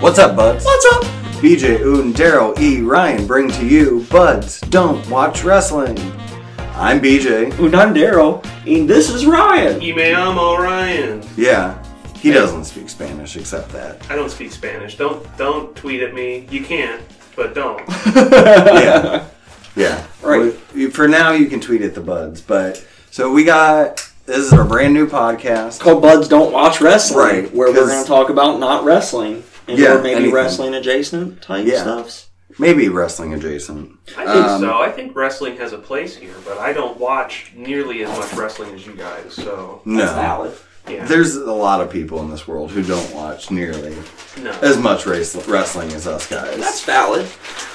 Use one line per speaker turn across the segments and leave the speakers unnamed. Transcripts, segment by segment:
What's up, buds?
What's up?
BJ, Oon, Daryl, E, Ryan bring to you Buds Don't Watch Wrestling. I'm BJ.
Unan Darrow, and this is Ryan.
Y me llamo Ryan.
Yeah, he doesn't speak Spanish except that.
I don't speak Spanish. Don't don't tweet at me. You can, but don't.
Yeah. yeah.
Right.
We- for now, you can tweet at the Buds, but so we got this is our brand new podcast.
Called Buds Don't Watch Wrestling,
Right,
where we're
'cause-
going to talk about not wrestling and
Yeah,
or maybe
anything.
wrestling adjacent type
Yeah.
stuffs.
Maybe wrestling adjacent.
I think so. I think wrestling has a place here, but I don't watch nearly as much wrestling as you guys. So
No.
That's valid.
yeah,
There's a lot of people in this world who don't watch nearly
no.
as much race, wrestling as us guys.
That's valid.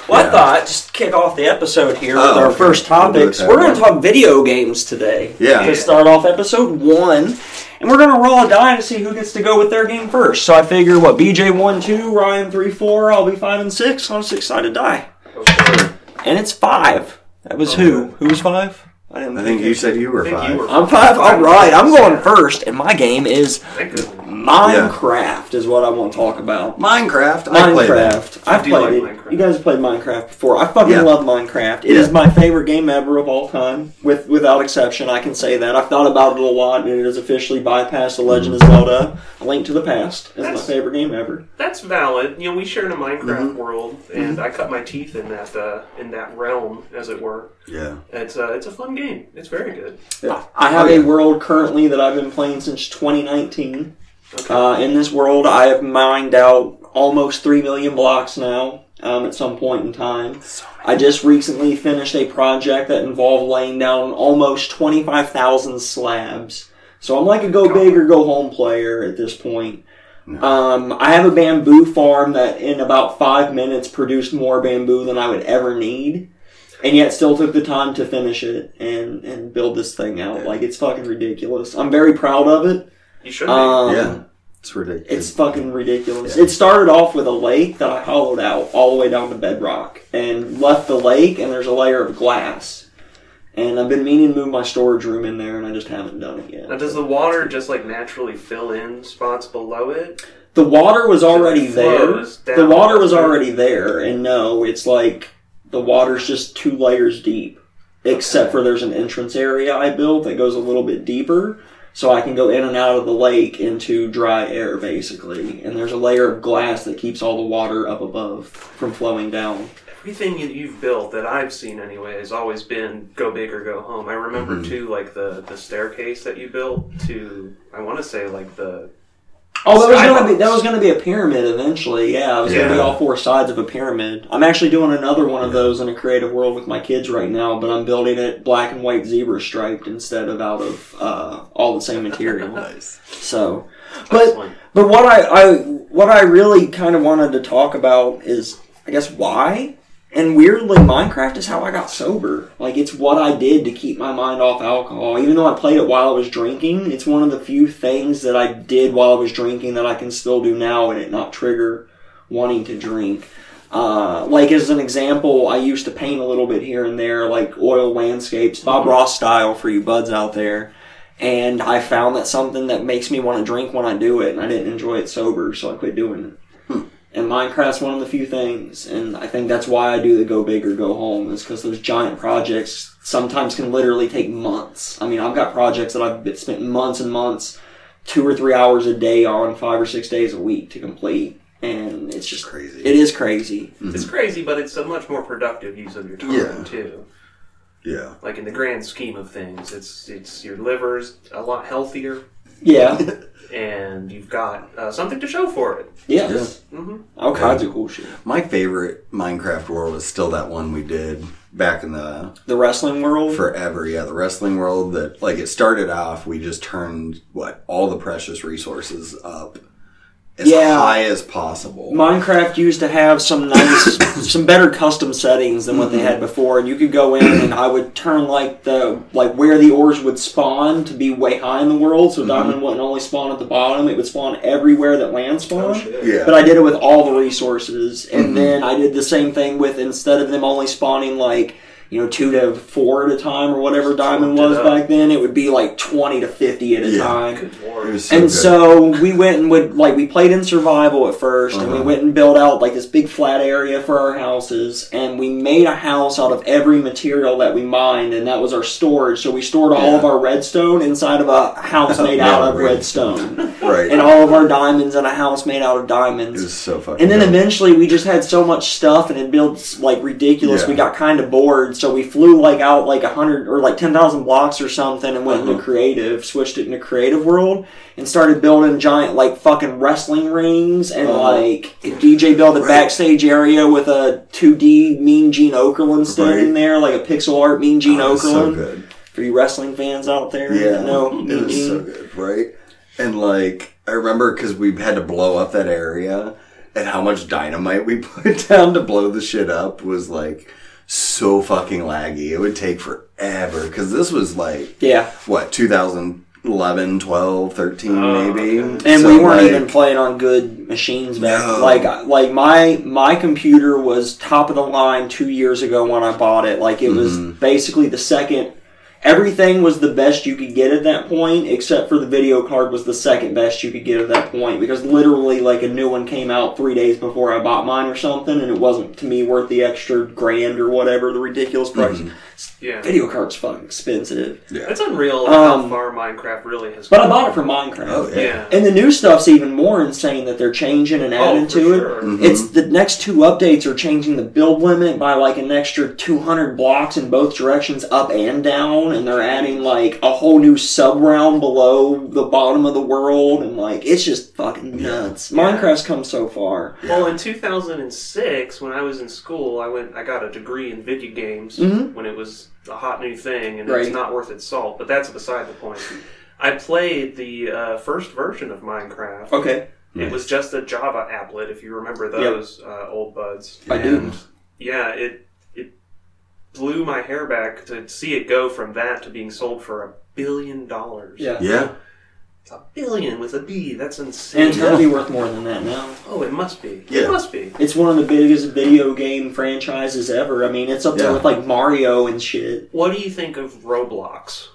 Well,
Yeah.
I thought just to kick off the episode here with
Oh,
our
okay.
first
We'll do it
topics.
that
We're going
way.
to talk video games today.
Yeah.
To start off episode one, and we're going to roll a die to see who gets to go with their game first. So I figure what BJ one two, Ryan three four, I'll be five and six on a six sided die,
Okay.
and it's five. That was who? Who was five? I didn't.
I think you said you were
I think
five.
you were-
I'm five. All right, I'm going first, and my game is
Thank you.
Minecraft. Is what I want to talk about.
Minecraft. I played that.
Minecraft. I've
Do you
played
like
it.
Minecraft?
You guys have played Minecraft before. I fucking
Yeah.
love Minecraft. It is
Yeah.
my favorite game ever of all time, with without exception. I can say that. I've thought about it a lot, and it has officially bypassed The Legend
Mm-hmm.
of Zelda: A Link to the Past as my
That's-
favorite game ever.
That's valid. You know, we share in a Minecraft world, and I cut my teeth in that uh, in that realm, as it were.
Yeah.
It's uh, it's a fun game. It's very good.
I have
Oh, yeah.
a world currently that I've been playing since 2019.
Okay.
Uh, in this world, I have mined out almost 3 million blocks now um, at some point in time. I just recently finished a project that involved laying down almost 25,000 slabs. So I'm like a go big or go home player at this point. Um, I have a bamboo farm that in about five minutes produced more bamboo than I would ever need. And yet, still took the time to finish it and, and build this thing out. Like, it's fucking ridiculous. I'm very proud of it.
you should. Be.
Um,
yeah. It's ridiculous.
it's fucking ridiculous. It started off with a lake that I hollowed out all the way down to bedrock and left the lake, and there's a layer of glass. And I've been meaning to move my storage room in there, and I just haven't done it
now,
yet.
does the water just like naturally fill in spots below it?
The water was already
It
there.
flows
The
down.
water was already there, and no, it's like the water's just two layers deep, except for there's an entrance area I built that goes a little bit deeper. So I can go in and out of the lake into dry air, basically. And there's a layer of glass that keeps all the water up above from flowing down.
Everything that you've built that I've seen anyway has always been go big or go home. I remember
Mm-hmm.
too, like the the staircase that you built to. I want to say like the
Oh, that was gonna be
Skybox.
that was gonna be a pyramid eventually. Yeah, it was gonna be
Yeah.
all four sides of a pyramid. I'm actually doing another one of those in a creative world with my kids right now, but I'm building it black and white zebra striped instead of out of uh, all the same material.
nice.
so, but
one.
but what I, I what I really kind of wanted to talk about is I guess why. And weirdly, Minecraft is how I got sober. Like it's what I did to keep my mind off alcohol. Even though I played it while I was drinking, it's one of the few things that I did while I was drinking that I can still do now and it not trigger wanting to drink. Uh, like as an example, I used to paint a little bit here and there, like oil landscapes, Bob Ross style for you buds out there and I found that something that makes me want to drink when I do it, and I didn't enjoy it sober, so I quit doing it. And Minecraft's one of the few things, and I think that's why I do the go big or go home, is because those giant projects sometimes can literally take months. I mean, I've got projects that I've been- spent months and months, two or three hours a day on, five or six days a week to complete, and it's just
Crazy.
It is crazy.
It's crazy, but it's a much more productive use of your time
Yeah.
too.
Yeah.
Like in the grand scheme of things, it's it's your liver's a lot healthier,
Yeah.
and you've got uh, something to show for it.
yes.
Mhm.
All kinds of cool shit.
My favorite Minecraft world is still that one we did back in the
The wrestling world.
forever. Yeah, the wrestling world that like it started off, we just turned what all the precious resources up as
Yeah.
high as possible.
Minecraft used to have some nice, some better custom settings than what they
Mm-hmm.
had before, and you could go in and I would turn like the like where the ores would spawn to be way high in the world,
Mm-hmm.
so diamond wouldn't only spawn at the bottom; it would spawn everywhere that
Oh,
land spawned.
yeah.
But I did it
Mm-hmm.
with all the resources, and then I did the same thing with instead of them only spawning like you know, two to four at a time or whatever
Just
diamond
chopped it
was
up.
back then. It would be like twenty to fifty at a
Yeah.
time.
Good
It
lord.
was so
and
good.
so we went and would like we played in survival at 1st and we
Uh-huh.
went and built out like this big flat area for our houses and we made a house out of every material that we mined and that was our storage so we stored all of
Yeah.
our redstone inside of a house made
Yeah,
out of
right.
redstone
right.
and all of our diamonds in a house made out of
it
diamonds
was so fucking.
and then
good.
eventually we just had so much stuff and it built like ridiculous.
Yeah.
We got kind of bored, so we flew like out like a hundred or like ten thousand blocks or something, and went into
Uh-huh.
creative, switched it into creative world, and started building giant like fucking wrestling rings and
Uh-huh.
like DJ built a
Right.
backstage area with a two D Mean Gene Okerlund standing
Right.
there, like a pixel art Mean Gene
Oh, it was so
Okerlund.
good.
For you wrestling fans out there,
Yeah,
that know
it
Mean
was
Gene.
so
Mm-hmm.
good, right? And like I remember because we had to blow up that area, and how much dynamite we put down to blow the shit up was like so fucking laggy. It would take forever because this was like
yeah,
what 2011, 12, 13
Oh,
maybe,
okay.
And
So,
we weren't
like,
even playing on good machines back.
No.
Like like my my computer was top of the line two years ago when I bought it. Like it
Mm-hmm.
was basically the second. Everything was the best you could get at that point, except for the video card was the second best you could get at that point because literally like a new one came out three days before I bought mine or something, and it wasn't to me worth the extra grand or whatever the ridiculous price.
Mm-hmm.
Yeah.
Video cards fucking expensive,
It's unreal
Um,
how far Minecraft really has
but I bought it for Minecraft.
Oh yeah.
Yeah.
And the new stuff's even more insane that they're changing and adding
oh, for
to it. Mm-hmm.
sure.
Mhm.
It's the next two updates are changing the build limit by like an extra 200 blocks in both directions, up and down, and they're adding like a whole new sub round below the bottom of the world, and like it's just fucking nuts. Minecraft's come so far.
Well, in 2006, when I was in school, I went. I got a degree in video games
Mhm.
when it was a hot new thing, and
Right.
it's not worth its salt. But that's beside the point. I played the uh, first version of Minecraft.
Okay,
It was just a Java applet, if you remember those uh, old buds.
I do.
And-
Yeah, it it blew my hair back to see it go from that to being sold for a billion dollars.
yeah,
Yeah,
It's a billion with a B. That's insane.
and it's gonna be worth more than that now.
oh, it must be.
Yeah.
It must be.
It's one of the biggest video game franchises ever. I mean, it's up there
Yeah.
with like Mario and shit.
What do you think of Roblox?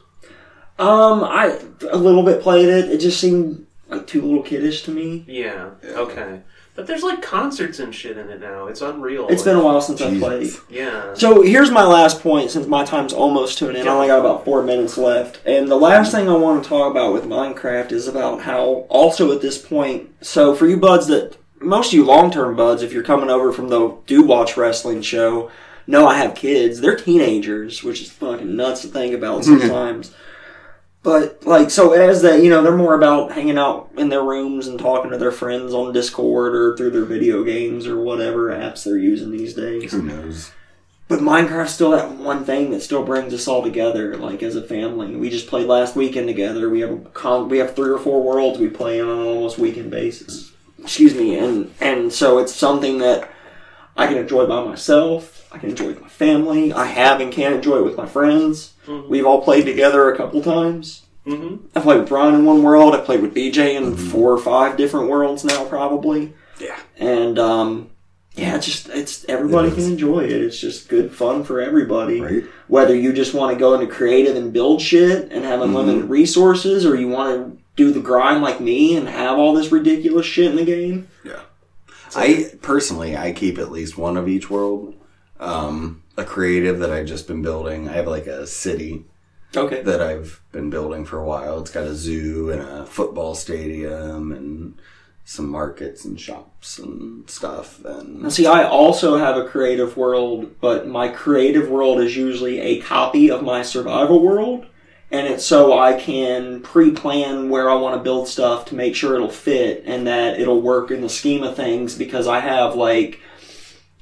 Um, I a little bit played it. It just seemed like too little kiddish to me.
Yeah. Okay. But there's like concerts and shit in it now. It's unreal.
It's been a while since I
Jesus.
played.
yeah.
So here's my last point since my time's almost to an end. I only got about four minutes left. And the last thing I want to talk about with Minecraft is about how, also at this point, so for you buds that, most of you long term buds, if you're coming over from the Do Watch Wrestling show, know I have kids. They're teenagers, which is fucking nuts to think about sometimes. But like so, as that you know, they're more about hanging out in their rooms and talking to their friends on Discord or through their video games or whatever apps they're using these days.
who knows?
But Minecraft's still that one thing that still brings us all together, like as a family. We just played last weekend together. We have a con- we have three or four worlds we play on an almost weekend basis. Excuse me, and and so it's something that I can enjoy by myself. I can enjoy with my family. I have and can enjoy it with my friends.
Mhm.
We've all played together a couple times.
Mm-hmm.
I played with Brian in one world. I played with BJ in four or five different worlds now, probably.
Mm-hmm. Yeah.
And um, yeah, it's just it's everybody
It is.
can enjoy it. It's just good fun for everybody.
Right?
Whether you just want to go into creative and build shit and
Mm-hmm.
have unlimited resources, or you want to do the grind like me and have all this ridiculous shit in the game.
I personally, I keep at least one of each world. Um, a creative that I've just been building. I have like a city
Okay.
that I've been building for a while. It's got a zoo and a football stadium and some markets and shops and stuff. And
See, I also have a creative world, but my creative world is usually a copy of my survival world, and it's so I can pre-plan where I want to build stuff to make sure it'll fit and that it'll work in the scheme of things because I have like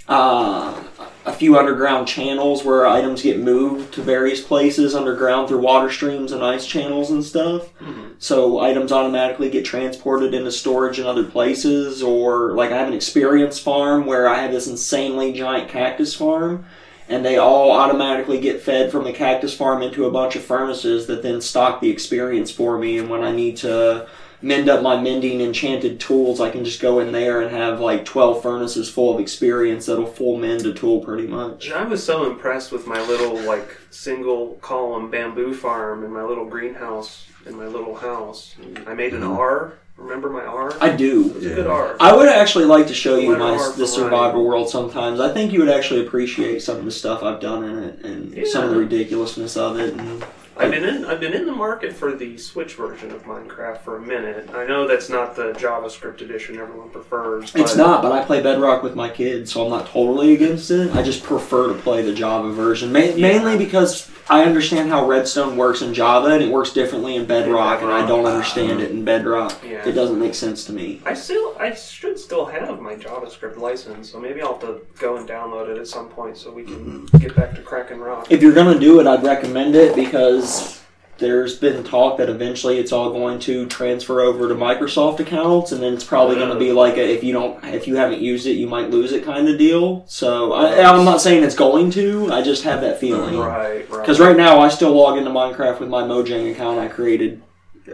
uh, a few underground channels where items get moved to various places underground through water streams and ice channels and stuff. So items automatically get transported into storage in other places, or like I have an experience farm where I have this insanely giant cactus farm, and they all automatically get fed from the cactus farm into a bunch of furnaces that then stock the experience for me. And when I need to mend up my mending enchanted tools, I can just go in there and have like 12 furnaces full of experience that'll full mend a tool pretty much.
I was so impressed with my little like single column bamboo farm and my little greenhouse and my little house. I made
Mm-hmm.
an R. Remember my R?
I do.
It's a
Yeah.
good R.
I would actually like to show you
Leonard
my
Harper
the Survivor world sometimes. I think you would actually appreciate some of the stuff I've done in it and some of the
Yeah.
ridiculousness of it. And
I've been in I've been in the market for the Switch version of Minecraft for a minute. I know that's not the JavaScript edition everyone prefers. But
it's not, but I play Bedrock with my kids, so I'm not totally against it. I just prefer to play the Java version, Ma- mainly because I understand how Redstone works in Java, and it works differently in Bedrock, and I don't understand it in Bedrock.
Yeah.
It doesn't make sense to me.
I still I should still have my JavaScript license, so maybe I'll have to go and download it at some point so we can
Mm-hmm.
get back to Kraken Rock.
if you're gonna do it, I'd recommend it because there's been talk that eventually it's all going to transfer over to Microsoft accounts, and then it's probably gonna be like a, if you don't if you haven't used it, you might lose it kind of deal. So I, I'm not saying it's going to. I just have that feeling
Right, right.
because right now I still log into Minecraft with my Mojang account I created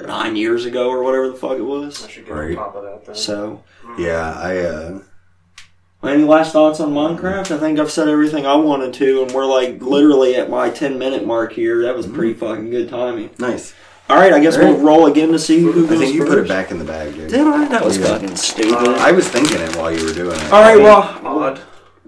nine years ago or whatever the fuck it
I
was.
should get
Right.
on top of that then.
So
Yeah, I uh,
any last thoughts on Minecraft? I think I've said everything I wanted to, and we're like literally at my 10 minute mark here. That was pretty fucking good timing.
nice.
All right, I guess
All right.
we'll roll again to see who
I
goes
think you
first.
put it back in the bag, dude.
Did I? That was
Yeah. Uh,
fucking stupid.
I was thinking it while you were doing it.
All right, well,
odd,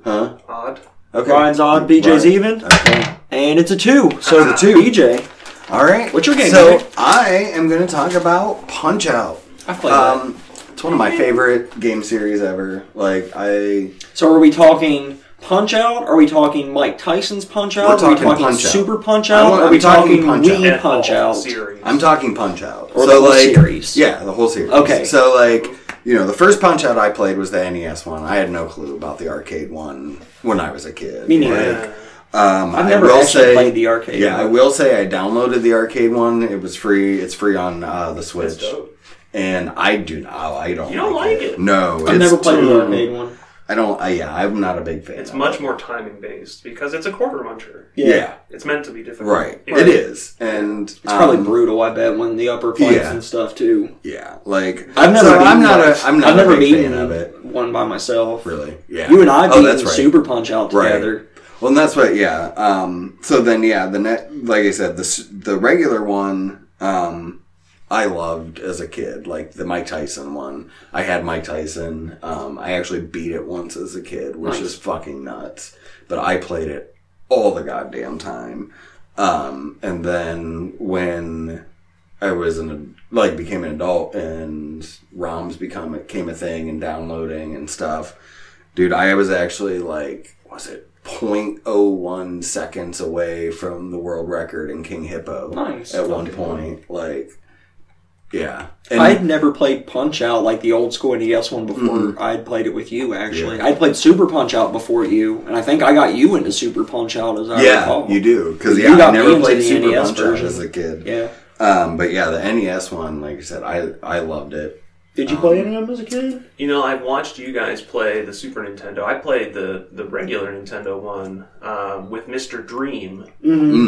Huh?
odd.
Okay.
Ryan's odd, BJ's
Right.
even,
Okay. Uh-huh.
and it's a two. So
It's a two.
BJ,
All right.
What's your game,
So
David?
I am going to talk about Punch Out.
I played
Um, it's one of my favorite game series ever. Like I,
that. So are we talking Punch Out? Are we talking Mike Tyson's Punch Out? are we
talking
talking
Punch Out.
Super Punch
I
Out?
want-
are
I'm
we
talking
talking,
Punch Out.
Wii
At
Punch
all
Out?
series.
I'm talking Punch Out.
Or
so
the whole
like,
series.
yeah, the whole series.
Okay.
So like, you know, the first Punch Out I played was the NES one. I had no clue about the arcade one when I was a kid.
Me neither.
Like,
Yeah.
um,
I've
I
never
will
actually
say-
played the arcade
Yeah,
one.
I will say I downloaded the arcade one. It was free. It's free on uh, the Switch.
That's dope.
and I do not. oh, I don't.
You don't like it?
No,
I've
it's
never played
too-
the arcade one.
I don't. I, yeah, I'm not a big fan.
It's
of
much
it.
more timing based because it's a quarter muncher.
Yeah.
It's meant to be difficult.
right.
Yeah.
It is, and
It's probably
um,
brutal, I bet, when the upper fights
yeah.
and stuff too.
yeah. Like
I've never.
so
beaten
I'm not
one.
a. I'm not
I've
a
never
big
beaten
fan of it.
One by myself.
Really. Yeah.
You and I beat
Oh, that's right.
Super Punch Out
Right.
together.
Well, and that's what, yeah. Um, so then, yeah, the net, like I said, the s- the regular one, um, I loved as a kid, like the Mike Tyson one. I had Mike Tyson. Um, I actually beat it once as a kid, which is fucking nuts. But I played it all the goddamn time. Um, and then when I was an like became an adult and ROMs become became a thing and downloading and stuff. Dude, I was actually like, was it 0.01 seconds away from the world record in King Hippo
Nice.
at one point? Like, yeah, and
I had never played Punch Out like the old school NES one before.
Mm-hmm.
I'd played it with you actually. I'd played Super Punch Out before you, and I think I got you into Super Punch Out as I
yeah,
recall.
you do because
You
yeah, I
got me
never
into
played
the
Super
NES
Punch Out
version.
as a kid.
Yeah.
Um, but yeah, the NES one, like I said, I I loved it.
Did you
Um,
play any of them as a kid?
You know, I've watched you guys play the Super Nintendo. I played the, the regular Nintendo one um, with Mr. Dream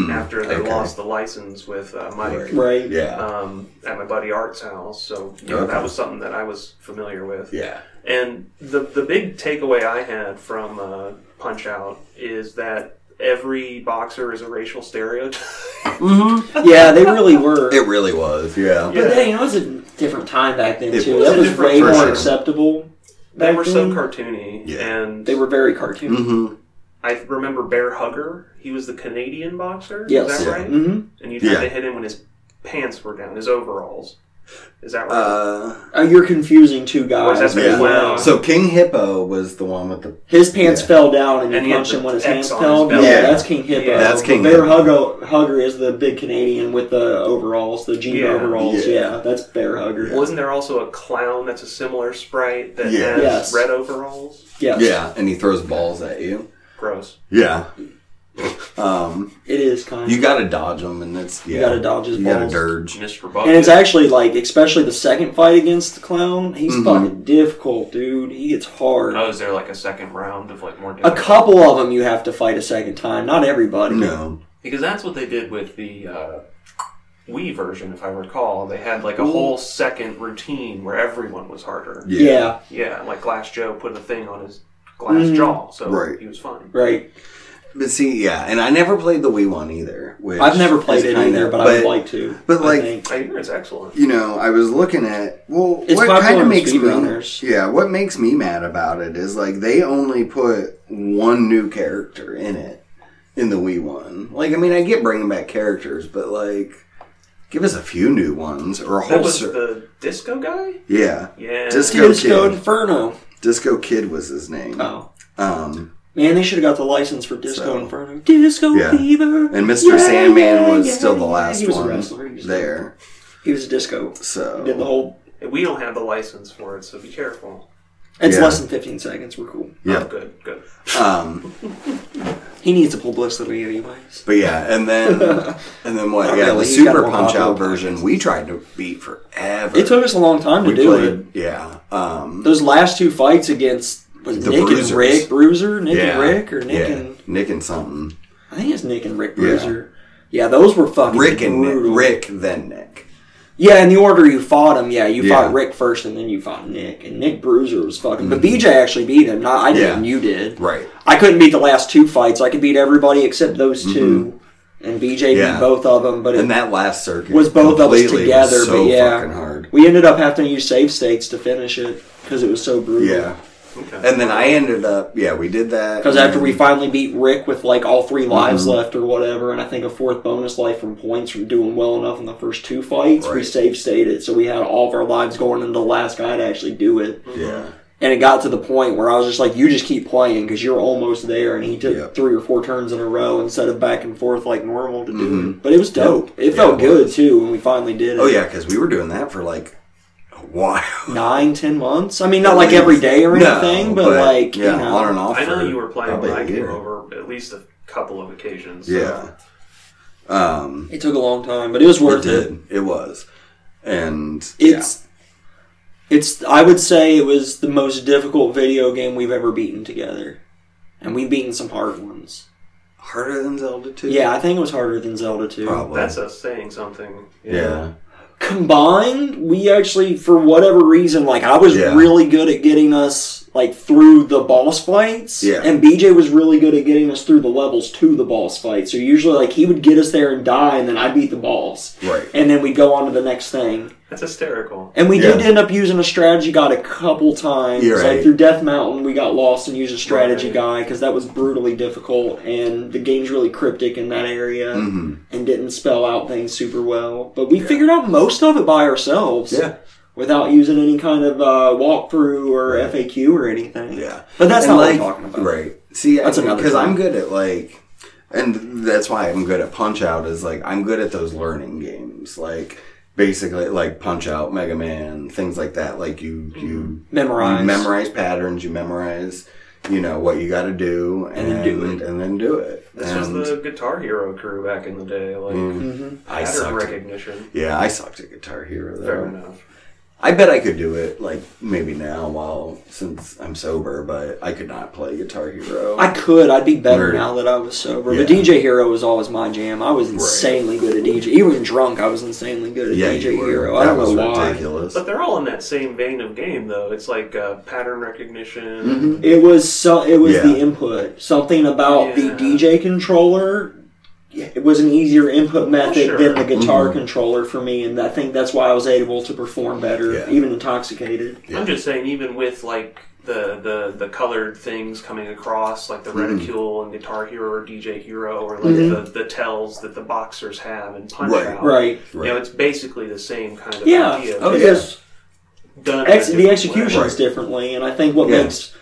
after they
Mm-hmm. okay.
lost the license with uh, Mike
Right.
Yeah,
um, at my buddy Art's house. So you know,
Okay.
that was something that I was familiar with.
yeah,
And the the big takeaway I had from uh, Punch Out is that every boxer is a racial stereotype.
yeah, they really were.
it really was. Yeah,
But then, you know, it was a different time back then
It
too.
was
that
a
was
different
way more
version.
acceptable.
they
back
were so
then.
cartoony,
Yeah.
and
They were very cartoon.
Mhm.
I remember Bear Hugger. He was the Canadian boxer.
Yes.
Is that right?
Mm-hmm.
And you'd have
Yeah.
to hit him when his pants were down, his overalls. Is that right?
Uh,
Oh, you're confusing two guys.
that's
yeah.
Wow.
So King Hippo was the one with the
His pants
Yeah.
fell down and,
And
you
he had
punched
the
him when his
X
hands
on
fell.
his
down.
belly.
yeah,
Yeah.
that's King Hippo.
Yeah.
That's King
Bear
Hippo.
Hugger, Hugger is the big Canadian with the overalls, the jean
Yeah.
overalls. Yeah.
Yeah.
that's Bear Hugger.
Wasn't there also a clown that's a similar sprite that
Yeah.
has
Yes.
red overalls?
Yes,
yeah, and he throws balls at you.
Gross.
Yeah. Um,
it is kind.
you gotta dodge them, and it's yeah,
You gotta dodge his
you
balls.
gotta dirge.
Mr.
and it's
Bucket.
actually like, especially the second fight against the clown, he's
Mm-hmm.
fucking difficult, dude. He gets hard.
Oh, is there like a second round of like more
a
difficult?
couple of them you have to fight a second time, not everybody.
No,
Because that's what they did with the uh, Wii version, if I recall, they had like a whole second routine where everyone was harder.
Yeah.
Yeah,
Yeah, like Glass Joe put a thing on his glass
Mm.
jaw, so
Mm-hmm. Right.
he was fine.
right.
But see, yeah, and I never played the Wii one either. Which
I've never played
is
it
kinda-
either, but, I would like to.
but,
I
like,
think.
I hear it's excellent.
you know, I was looking at well,
It's
what
popular
kind of
with
makes me
speedrunners.
yeah, what makes me mad about it is like they only put one new character in it in the Wii one. Like, I mean, I get bringing back characters, but like, give us a few new ones or a
That
whole
was
ser-
the disco guy?
yeah.
Yeah.
Disco-
Disco
Kid.
Inferno.
Disco Kid was his name.
Oh
Um,
man, they should have got the license for Disco
So-
Inferno. Disco
Yeah.
Fever.
and Mr. Sandman
yeah,
was
yeah,
still the
yeah.
last
He was a wrestler. He
one
was-
there.
He was disco.
So
Did the whole.
we don't have the license for it, so be careful.
It's
Yeah.
less than 15 seconds. We're cool.
Yeah.
Oh, good, good.
um,
He needs the publicity, anyways.
but yeah, and then and then what? Yeah, the
really, he's got
Super
more
Punch Out
popular
version we tried to beat forever.
It took us a long time to
we
do
played,
it.
yeah. Um,
Those last two fights against was it
The
Nick
Bruisers.
and Rick Bruiser, Nick
yeah,
and Rick, or Nick
yeah,
and
Nick and something.
I think it's Nick and Rick
Yeah.
Bruiser. Yeah, those were fucking
Rick and Nick.
brutal.
Rick then Nick.
Yeah, in the order you fought him, yeah, you
Yeah. Mm-hmm.
fought Rick first, and then you fought Nick, and Nick Bruiser was fucking. But BJ actually beat him. Not I didn't.
Yeah.
You did.
Right.
I couldn't beat the last two fights. I could beat everybody except those 2 and BJ
Mm-hmm. Yeah.
beat both of them. But
And
it,
that last circuit
was both of us
completely
together.
was so
but yeah,
fucking hard.
we ended up having to use save states to finish it because it was so brutal.
Yeah.
Okay.
And then I ended up. Yeah, we did that.
Because
and
after we
then-
finally beat Rick with like all three
Mm-hmm.
lives left or whatever, and I think a fourth bonus life from points from doing well enough in the first two fights, we
Right.
save stated. So we had all of our lives going into the last guy to actually do it.
Yeah.
And it got to the point where I was just like, you just keep playing because you're almost there. And he took
Yep.
three or four turns in a row instead of back and forth like normal to do it. But it was dope. It felt
Mm-hmm. Yeah, it
good too when we finally did it.
Oh yeah, because we were doing that for like a while.
Nine, ten months. I mean, not like every day or
No,
anything, but, like,
yeah,
you know.
on and off.
I know
for
you were playing
probably
when
a
I came
year.
over at least a couple of occasions. so-
Yeah. Um,
It took a long time, but it was worth
It did. It was. And
It's it's I would say it was the most difficult video game we've ever beaten together. And we've beaten some hard ones.
yeah, harder than Zelda 2.
Yeah, I think it was harder than Zelda 2.
Probably.
That's us saying something.
yeah.
Combined, we actually for whatever reason like I was
Yeah.
really good at getting us like through the boss fights
Yeah.
and BJ was really good at getting us through the levels to the boss fight. So usually like he would get us there and die and then I beat the boss.
Right.
And then we'd go on to the next thing.
That's hysterical.
And we
Yeah.
did end up using a strategy guide a couple times.
You're right.
Like through Death Mountain, we got lost and used a strategy
Right.
guide because that was brutally difficult, and the game's really cryptic in that area
Mhm.
and didn't spell out things super well. But we figured out most of it by ourselves.
Yeah.
Without using any kind of uh, walkthrough or FAQ or anything.
Yeah.
But that's
And,
not
like,
what I'm talking about.
Right. See,
That's
that's
another
Because
thing.
I'm good at, like, and that's why I'm good at Punch Out, is like, I'm good at those learning games. Like, basically, like Punch Out, Mega Man, things like that. Like, you, you,
Memorize.
you memorize patterns, you memorize, you know, what you got to do, and,
then do it.
And then do it.
This
and
was the Guitar Hero crew back in the day, like
I
pattern
sucked. at-
recognition.
Yeah, I sucked at Guitar Hero, though.
Fair enough.
I bet I could do it, like maybe now while since I'm sober, but I could not play Guitar Hero.
I could. I'd be better
Nerd.
now that I was sober. But
Yeah.
DJ Hero was always my jam. I was insanely good at DJ. Even drunk, I was insanely good at
yeah,
DJ
you were.
Hero.
That
I don't
was
know why.
ridiculous.
But they're all in that same vein of game, though. It's like uh, pattern recognition.
It was so. It was
Yeah.
the input. Something about
Yeah.
the DJ controller. It was an easier input method
Sure.
than the guitar
Mm-hmm.
controller for me, and I think that's why I was able to perform better,
Yeah.
even intoxicated.
Yeah.
I'm just saying, even with like the, the the colored things coming across, like the
Mm-hmm.
reticule and Guitar Hero or DJ Hero, or like the, the tells that the boxers have and Punch
Right.
Out.
Right.
You know, it's basically the same kind of
Yeah.
idea.
Oh,
just
yeah.
Because
done in a
ex- the
different way.
execution's
Right.
differently, and I think what
Yeah.
makes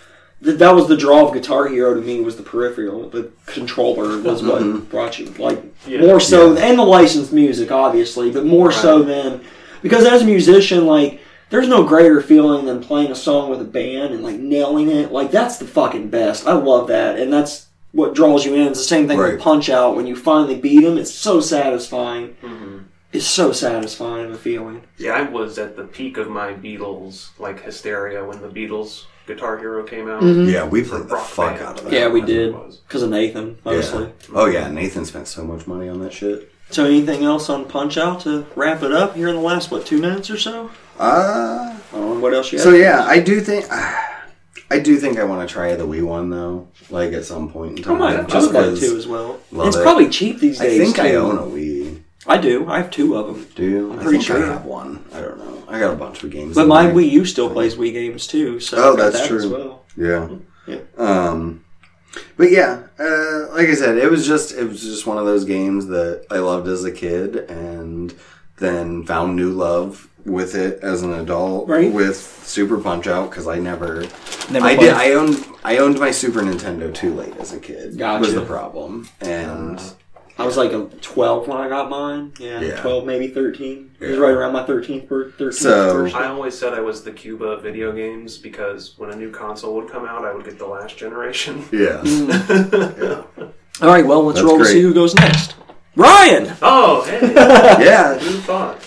th- that was the draw of Guitar Hero to me was the peripheral, the controller was
Mm-hmm.
what brought you like
Yeah.
more so, and the licensed music obviously, but more so than because as a musician, like there's no greater feeling than playing a song with a band and like nailing it. Like that's the fucking best. I love that, and that's what draws you in. It's the same thing
Right.
with Punch Out when you finally beat them. It's so satisfying.
Mm-hmm.
It's so satisfying of a feeling.
Yeah, I was at the peak of my Beatles like hysteria when the Beatles Guitar Hero came out.
yeah, we played the
Rock
fuck
band.
out of that.
Yeah, we
That's what it
did
was.
because of Nathan
Yeah.
mostly.
Oh yeah, Nathan spent so much money on that shit.
So anything else on Punch Out to wrap it up here in the last what two minutes or so?
Uh,
I don't know what else you.
So
have.
yeah, I do think I do think I want to try the Wii one though, like at some point in
I
time.
might. I
just
would like
'cause
to as well.
Love
It's
it.
probably cheap these
I
days.
think I
too.
own a Wii.
I do. I have two of them.
Do you?
I'm
I
pretty
think
sure.
I have one. I don't know. I got a bunch of games.
But
in
my
there.
Wii U still plays Wii games too. So
Oh,
I've got
that's
that
true.
As well.
Yeah.
Yeah.
Um, but yeah, uh, like I said, it was just it was just one of those games that I loved as a kid, and then found new love with it as an adult
Right.
with Super Punch Out because I never,
Never
I
played.
did I owned I owned my Super Nintendo too late as a kid was
Gotcha. Uh.
the problem, and
I was like a 12 when I got mine. Yeah,
Yeah.
12, maybe 13. It was
Yeah.
right around my 13th birthday.
So-
I always said I was the Cuba of video games because when a new console would come out, I would get the last generation.
yeah,
All right, well, let's
That's
roll to
great.
see who goes next. Ryan!
Oh, hey,
yeah.
who thought?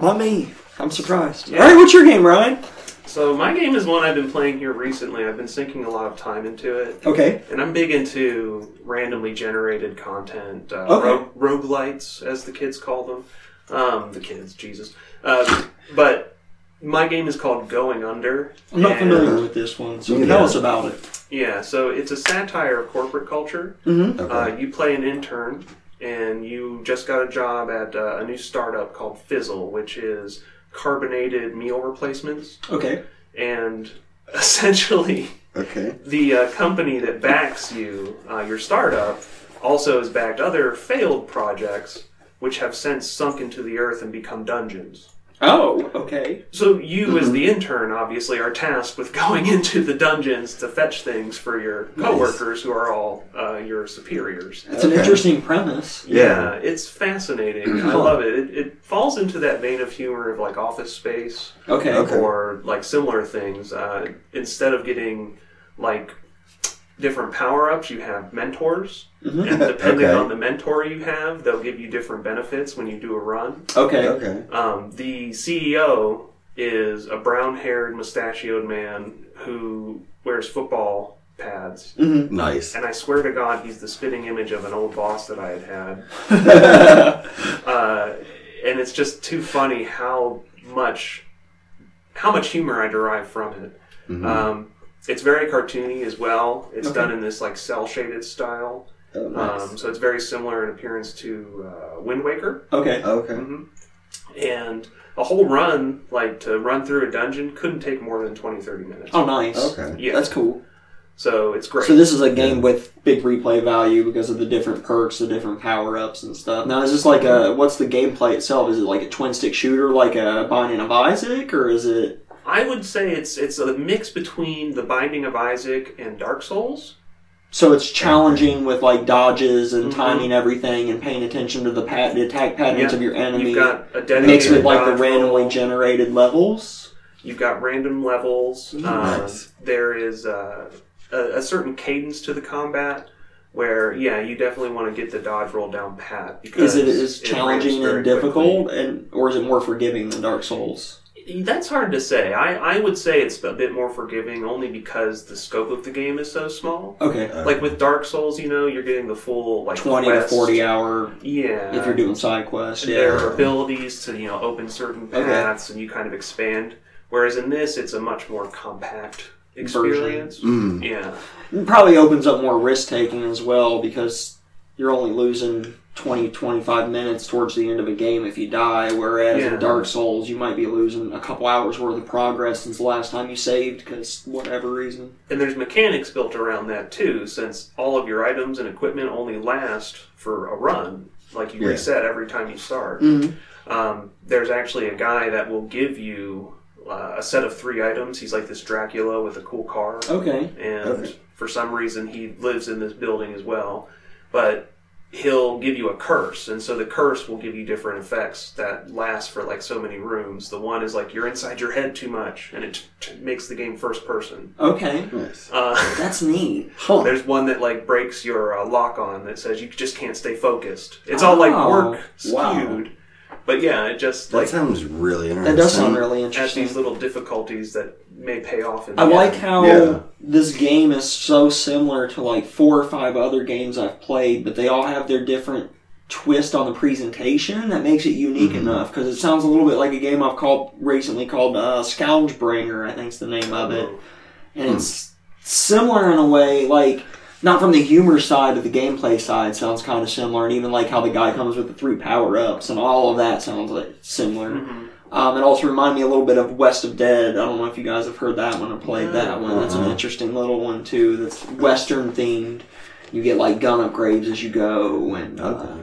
Not me. I'm surprised.
Yeah.
All right, what's your game, Ryan?
So my game is one I've been playing here recently. I've been sinking a lot of time into it.
Okay.
And I'm big into randomly generated content, uh,
Okay.
ro- roguelites, as the kids call them. Um, the kids, Jesus. Um, but my game is called Going Under.
I'm not
and-
familiar with this one, so
Yeah.
tell us about it.
Yeah, so it's a satire of corporate culture. Uh, you play an intern, and you just got a job at uh, a new startup called Fizzle, which is carbonated meal replacements.
Okay.
And essentially,
Okay.
the uh, company that backs you, uh, your startup, also has backed other failed projects, which have since sunk into the earth and become dungeons.
Oh, okay.
So you, as the
Mm-hmm.
intern, obviously are tasked with going into the dungeons to fetch things for your coworkers, who are all uh, your superiors. Uh,
That's an interesting premise.
Yeah.
it's fascinating. I love it. it. It falls into that vein of humor of like Office Space
Okay.
Okay.
or like similar things. Uh, instead of getting like different power ups, you have mentors, and depending
Mm-hmm. Okay.
on the mentor you have, they'll give you different benefits when you do a run.
Okay.
Okay.
Um, the CEO is a brown haired, mustachioed man who wears football pads.
Nice.
And I swear to God, he's the spitting image of an old boss that I had had. uh, and it's just too funny how much how much humor I derive from it. Um, it's very cartoony as well. It's done in this like cell shaded style,
Oh,
um, so it's very similar in appearance to uh, Wind Waker
Okay.
Okay.
and a whole run like to run through a dungeon couldn't take more than 20 30 minutes
Oh, nice.
Okay.
yeah
That's cool.
so it's great
So this is a game with big replay value because of the different perks, the different power ups and stuff. Now is this like a what's the gameplay itself? Is it like a twin stick shooter like a Binding of Isaac or is it
i would say it's it's a mix between the binding of isaac and dark souls
so it's challenging with like dodges and timing everything and paying attention to the pat- the attack patterns
Yeah.
of your enemy.
you've got a dedicated
mixed with like the
dodge
randomly
roll.
generated levels.
you've got random levels uh,
nice.
there is uh, a, a certain cadence to the combat where yeah you definitely want to get the dodge roll down pat
Is
because
it as
it ramps
challenging
very
and
quickly.
difficult, and or is it more forgiving than Dark Souls?
That's hard to say. I, I would say it's a bit more forgiving only because the scope of the game is so small.
Okay,
Like with Dark Souls, you know, you're getting the full like
Uh, twenty
quest.
to forty hour
Yeah,
if you're doing side quests. Yeah,
there are abilities to you know open certain paths and you kind of expand. Whereas in this, it's a much more compact experience.
Mm.
Mm.
Yeah,
It probably opens up more risk taking as well because you're only losing 20 25 minutes towards the end of a game if you die whereas
Yeah.
in dark souls you might be losing a couple hours worth of progress since the last time you saved because whatever reason
and there's mechanics built around that too, since all of your items and equipment only last for a run. Like you
Yeah.
reset every time you start. um, there's actually a guy that will give you uh, a set of three items. He's like this Dracula with a cool car,
okay
and
Okay.
for some reason he lives in this building as well. But he'll give you a curse, and so the curse will give you different effects that last for like so many rooms. The one is like you're inside your head too much, and it t- t- makes the game first person.
okay
Nice.
Uh,
that's neat huh
there's one that like breaks your uh, lock on that says you just can't stay focused. It's all like work
Oh, wow.
skewed. But yeah, it just
That
like
sounds really interesting.
that does sound really
at these
interesting
little difficulties that may pay off. In the
i like
end.
how
Yeah.
this game is so similar to like four or five other games i've played but they all have their different twist on the presentation that makes it unique enough because it sounds a little bit like a game I've called recently called uh, Scourgebringer, I think's the name of it, and it's similar in a way, like not from the humor side, but the gameplay side sounds kind of similar, and even like how the guy comes with the three power ups and all of that sounds like similar. Um, it also reminded me a little bit of West of Dead. I don't know if you guys have heard that one or played that one. That's an interesting little one too. That's Western themed. You get like gun upgrades as you go, and uh,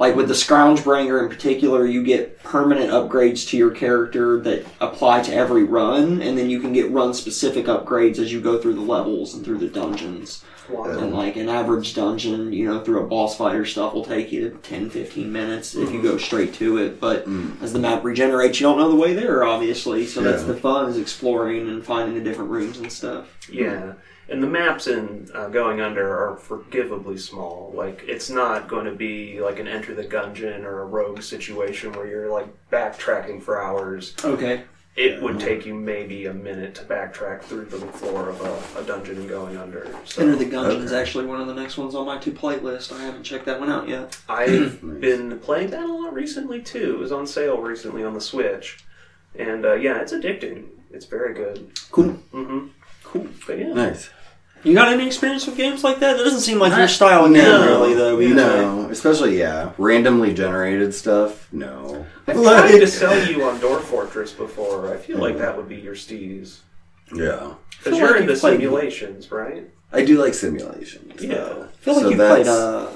like with the Scroungebringer in particular, you get permanent upgrades to your character that apply to every run, and then you can get run specific upgrades as you go through the levels and through the dungeons.
Wow.
And like an average dungeon, you know, through a boss fight or stuff will take you 10, 15 minutes if you
Mm.
go straight to it. But as the map regenerates, you don't know the way there, obviously. So that's
Yeah.
the fun is exploring and finding the different rooms and stuff.
Yeah, and the maps in uh, Going Under are forgivably small. Like it's not going to be like an Enter the Gungeon or a Rogue situation where you're like backtracking for hours.
Okay.
It would take you maybe a minute to backtrack through the floor of a, a dungeon in Going Under.
Enter
So
the Gungeon is actually one of the next ones on my two plate list. I haven't checked that one out yet.
I've been playing that a lot recently too. It was on sale recently on the Switch, and uh, yeah, it's addicting. It's very good.
Cool.
hmm
Cool.
But yeah,
Nice.
You got any experience with games like that? That doesn't seem like your
Not-
style game,
no.
really, though. either.
No, especially yeah, randomly generated stuff. No,
I've tried to sell you on Door Fortress before. I feel like that would be your steez.
yeah,
Because
Mm. feel
you're
like
into
you've played-
simulations, right?
I do like simulations.
Yeah.
though.
I feel like
So
you played
that's-
uh,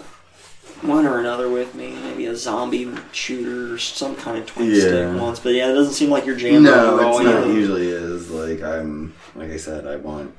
one or another with me, maybe a zombie shooter or some kind of twin
Yeah.
stick once. But yeah, it doesn't seem like your jam.
no,
overall,
it's not
you, know.
usually is like I'm like I said I want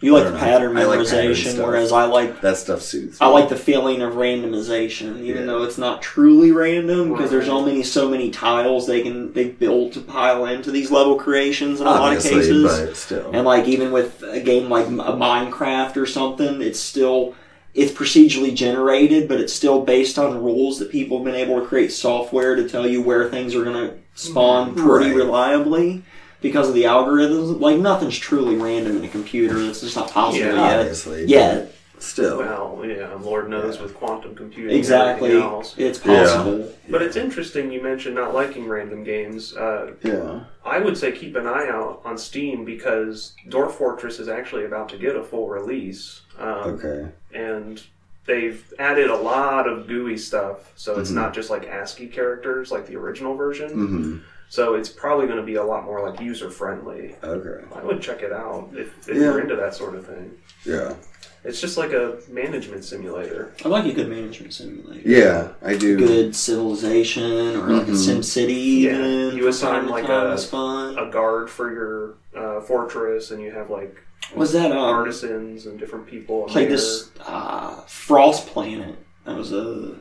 You
I
like the
don't know.
pattern
I like pattern
memorization,
stuff.
whereas I like
that stuff suits.
I
me.
like the feeling of randomization, even
Yeah.
though it's not truly random because there's
Right.
only so many tiles they can they build to pile into these level creations in a lot of
obviously,
cases.
but still,
And like even with a game like M- Minecraft or something, it's still it's procedurally generated, but it's still based on rules that people have been able to create software to tell you where things are going to spawn
Mm-hmm.
pretty
Right.
reliably because of the algorithms. Like nothing's truly random in a computer; it's just not possible
Yeah,
yet.
obviously,
Yeah,
but still,
Well, yeah, Lord knows with quantum computing. and
exactly.
everything else.
It's
Yeah.
possible.
But it's interesting you mentioned not liking random games. Uh,
yeah,
I would say keep an eye out on Steam because Dwarf Fortress is actually about to get a full release. Um,
okay,
And they've added a lot of GUI stuff, so it's not just like ASCII characters like the original version.
hmm
So it's probably going to be a lot more like user friendly.
okay,
I would check it out if, if
Yeah.
you're into that sort of thing.
yeah,
It's just like a management simulator.
I like a good management simulator.
yeah, I do.
Good civilization or like a
Mhm.
Sim City.
Mm-hmm. Yeah.
even,
You
from
assign,
time to
like,
time
a-
is fun.
A guard for your uh, fortress, and you have like
Was that um,
artisans and different people. in
played
there.
this uh, Frost Planet. That was a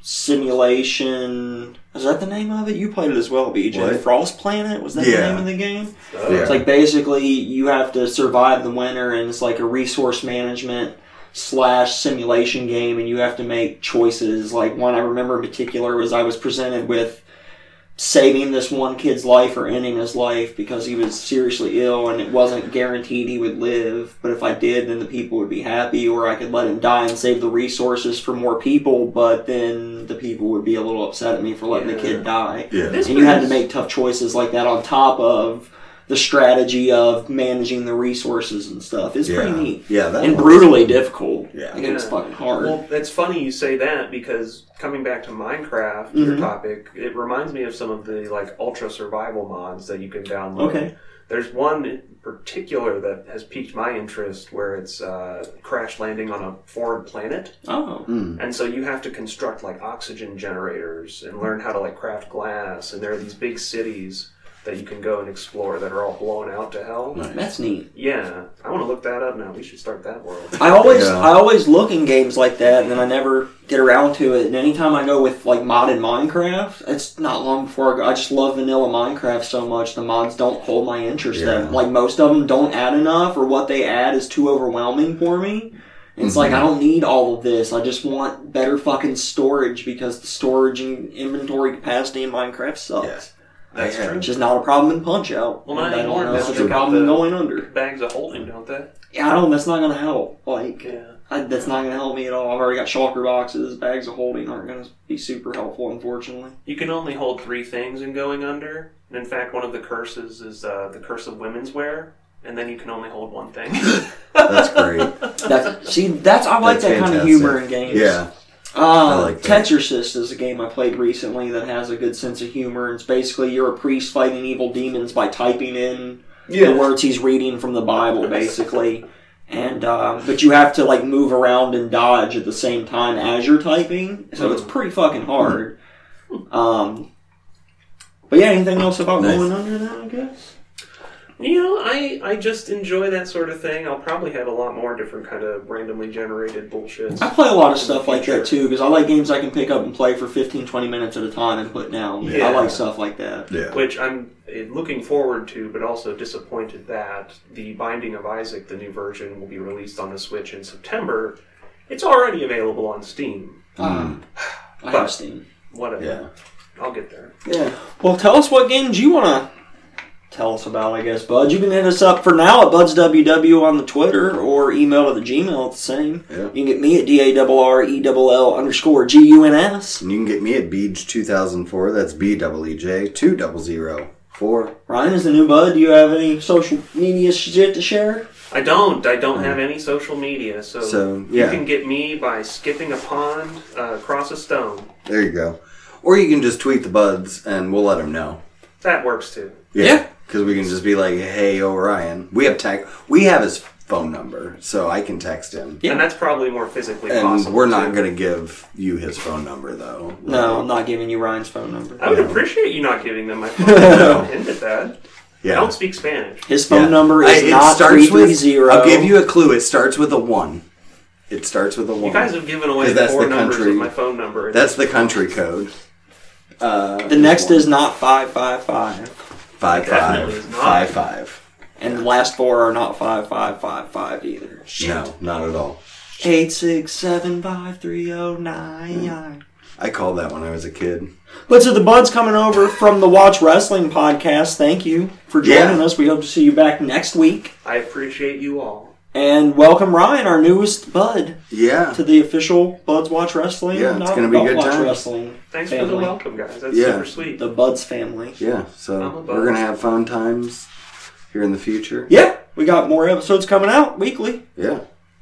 simulation. Is that the name of it? You played it as well, BJ.
What?
Frost Planet was that the
Yeah.
name of the game?
Uh,
Yeah.
It's like basically you have to survive the winter, and it's like a resource management slash simulation game, and you have to make choices. Like one I remember in particular was I was presented with saving this one kid's life or ending his life because he was seriously ill and it wasn't guaranteed he would live. But if I did, then the people would be happy, or I could let him die and save the resources for more people, but then the people would be a little upset at me for letting the kid die.
Yeah.
This
and you had to
brings-
make tough choices like that on top of the strategy of managing the resources and stuff. It's
yeah.
pretty neat.
Yeah, that
And
one.
brutally difficult.
Yeah.
Like, it's
Yeah.
fucking hard.
Well, it's funny you say that because coming back to Minecraft, your topic, it reminds me of some of the like ultra survival mods that you can download.
Okay.
There's one in particular that has piqued my interest where it's uh, crash landing on a foreign planet.
oh.
Mm.
And so you have to construct like oxygen generators and learn how to like craft glass. And there are these big cities that you can go and explore that are all blown out to hell.
Mm-hmm.
That's neat.
Yeah, I want to look that up now. We should start that world.
I always
Yeah.
I always look in games like that, and then I never get around to it. And anytime I go with like modded Minecraft, it's not long before I go. I just love vanilla Minecraft so much. The mods don't hold my interest.
Yeah.
That like most of them don't add enough, or what they add is too overwhelming for me. And It's
Mm-hmm.
like I don't need all of this. I just want better fucking storage because the storage and inventory capacity in Minecraft sucks.
That's
I had-
true.
Which is not a problem in Punch Out.
Well, not
I
anymore,
don't know
now
if
that
it's a
they got
problem
the-
going under.
Bags of holding, don't they?
Yeah, I don't. That's not gonna help. Like.
Yeah.
I, that's not going to help me at all. I've already got shulker boxes. Bags of holding aren't going to be super helpful, unfortunately.
You can only hold three things in going under. And in fact, one of the curses is uh, the curse of women's wear, and then you can only hold one thing.
That's great.
That's, see, that's I like
That's
that kind of
fantastic.
humor in games.
Yeah.
Um,
like that.
Tetrisist is a game I played recently that has a good sense of humor. It's basically you're a priest fighting evil demons by typing in the words he's reading from the Bible, basically. And um, but you have to like move around and dodge at the same time as you're typing, so
Mm.
it's pretty fucking hard. Um, but yeah, anything else about
Nice.
going under that? I guess.
You know, I, I just enjoy that sort of thing. I'll probably have a lot more different kind of randomly generated bullshit.
I play a lot of stuff like that too because I like games I can pick up and play for 15, 20 minutes at a time and put down. I
Yeah.
like stuff like that.
Yeah.
Which I'm eh, looking forward to, but also disappointed that the Binding of Isaac, the new version, will be released on the Switch in September. It's already available on Steam.
Um, I
But-
have Steam.
Whatever.
Yeah.
I'll get there.
Yeah. Well, tell us what games you want to tell us about, I guess, Bud. You can hit us up for now at BudsWW on the Twitter or email to the Gmail. It's the same.
Yeah.
You can get me at D-A-R-R-E-L-L E underscore G-U-N-S.
And you can get me at Beej2004. That's B double E J two double zero four.
Ryan is the new Bud. Do you have any social media shit to share?
I don't. I don't have any social media, so,
Mm. So,
you
yeah.
can get me by skipping a pond uh, across a stone.
There you go. Or you can just tweet the buds and we'll let them know.
That works too.
Yeah.
Because we can just be like, hey, Orion. We have tech. We have his phone number, so I can text him.
Yeah.
And that's probably more physically
And
possible.
we're not
too.
going to give you his phone number, though.
No, I'm not giving you Ryan's phone number.
I would appreciate you not giving them my phone. Don't hint at that. I
Yeah.
don't speak Spanish.
His phone
Yeah.
number is
I- it
not
starts with-
330.
I'll give you a clue. It starts with a one. It starts with a one.
You guys have given away
'Cause that's
four
the
numbers
country-
of my phone number.
That's the country code. Uh,
The next is not 555.
five
Definitely
five
is not.
five five.
And the last four are not 5555 either.
No, not at all.
Eight six seven five three oh nine nine.
I called that when I was a kid.
But to the buds coming over from the Watch Wrestling podcast, thank you for
Yeah.
joining us. We hope to see you back next week.
I appreciate you all.
And welcome Ryan, our newest bud,
Yeah.
to the official Buds Watch Wrestling.
Yeah, it's
not
gonna be
Adult
good
Watch
times.
Wrestling.
Thanks for the
family.
welcome, guys. That's
Yeah.
super sweet.
The Buds family.
Yeah.
I'm a
So
bud.
we're gonna have fun times here in the future.
Yeah, we got more episodes coming out weekly.
Yeah.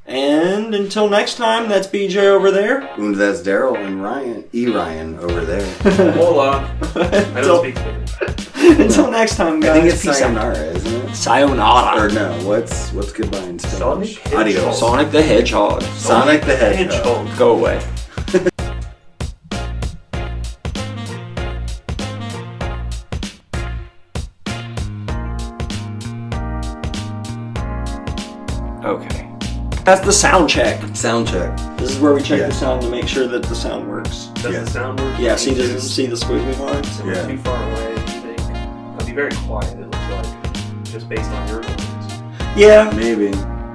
And until next time, that's BJ over there.
And that's Daryl and Ryan, E Ryan over there.
Hola. I
Don't-
don't speak Spanish.
until next time,
I
guys.
think it's
peace out.
sayonara, isn't it?
Sayonara.
Or no? What's what's goodbye in Spanish?
Sonic
Audio.
Hedgehog.
Sonic the Hedgehog.
Sonic the Hedgehog.
Hedgehog.
Go away. okay. That's the sound check.
Sound check.
This is where we check
Yeah.
the sound to make sure that the sound works.
Does
Yeah.
it sound work?
Yeah, see, does
Too-
it see the squiggly lines?
It was
Yeah.
too far away, I think. It'll be very quiet, it looks like, just based on your voice.
Yeah.
Maybe.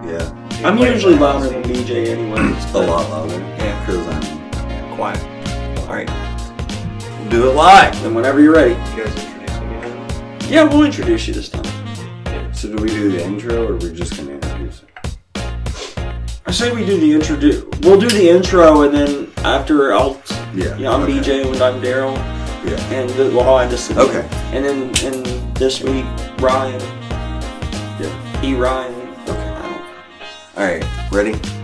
Yeah.
I'm usually louder than BJ anyways.
A lot louder.
Yeah.
Cause I'm.
Quiet. Alright.
We'll do it live.
Then whenever you're ready.
You guys introduced me. huh?
Yeah, we'll introduce you this time.
So do we do the intro, or we're just gonna introduce it?
I say we do the intro. We'll do the intro and then after I'll
Yeah.
Yeah, I'm
okay.
BJ and I'm Daryl,
Yeah.
and the, well, I just
Okay.
And then and this week Ryan,
Yeah.
E Ryan. Okay.
All right. Ready?